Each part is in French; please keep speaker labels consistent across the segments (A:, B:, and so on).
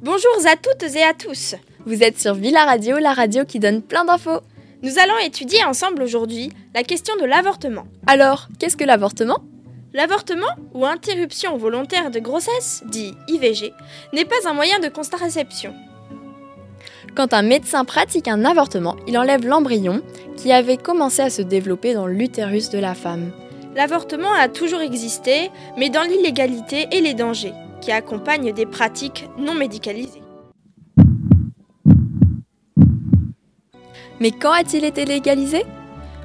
A: Bonjour à toutes et à tous.
B: Vous êtes sur Villa Radio, la radio qui donne plein d'infos.
A: Nous allons étudier ensemble aujourd'hui la question de l'avortement.
B: Alors, qu'est-ce que l'avortement
A: L'avortement, ou interruption volontaire de grossesse, dit IVG, n'est pas un moyen de contraception.
B: Quand un médecin pratique un avortement, il enlève l'embryon qui avait commencé à se développer dans l'utérus de la femme.
A: L'avortement a toujours existé, mais dans l'illégalité et les dangers qui accompagnent des pratiques non médicalisées.
B: Mais quand a-t-il été légalisé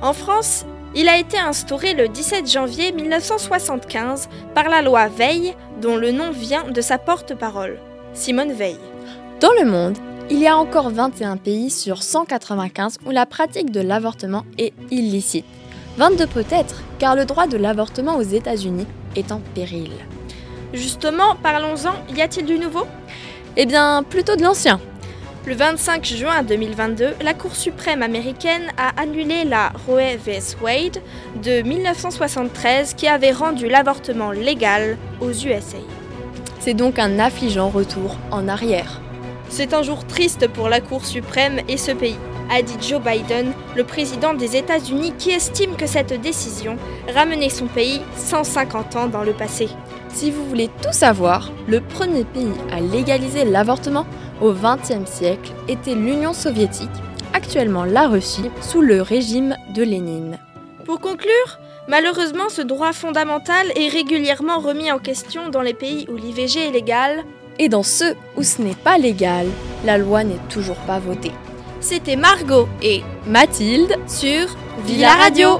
A: En France, il a été instauré le 17 janvier 1975 par la loi Veil, dont le nom vient de sa porte-parole, Simone Veil.
B: Dans le monde, il y a encore 21 pays sur 195 où la pratique de l'avortement est illicite. 22 peut-être, car le droit de l'avortement aux États-Unis est en péril.
A: Justement, parlons-en, y a-t-il du nouveau
B: Eh bien, plutôt de l'ancien.
A: Le 25 juin 2022, la Cour suprême américaine a annulé la Roe v. Wade de 1973 qui avait rendu l'avortement légal aux USA.
B: C'est donc un affligeant retour en arrière.
A: C'est un jour triste pour la Cour suprême et ce pays, a dit Joe Biden, le président des États-Unis, qui estime que cette décision ramenait son pays 150 ans dans le passé.
B: Si vous voulez tout savoir, le premier pays à légaliser l'avortement au XXe siècle était l'Union soviétique, actuellement la Russie, sous le régime de Lénine.
A: Pour conclure, malheureusement ce droit fondamental est régulièrement remis en question dans les pays où l'IVG est légal.
B: Et dans ceux où ce n'est pas légal, la loi n'est toujours pas votée.
A: C'était Margot et
B: Mathilde sur
A: Villa Radio.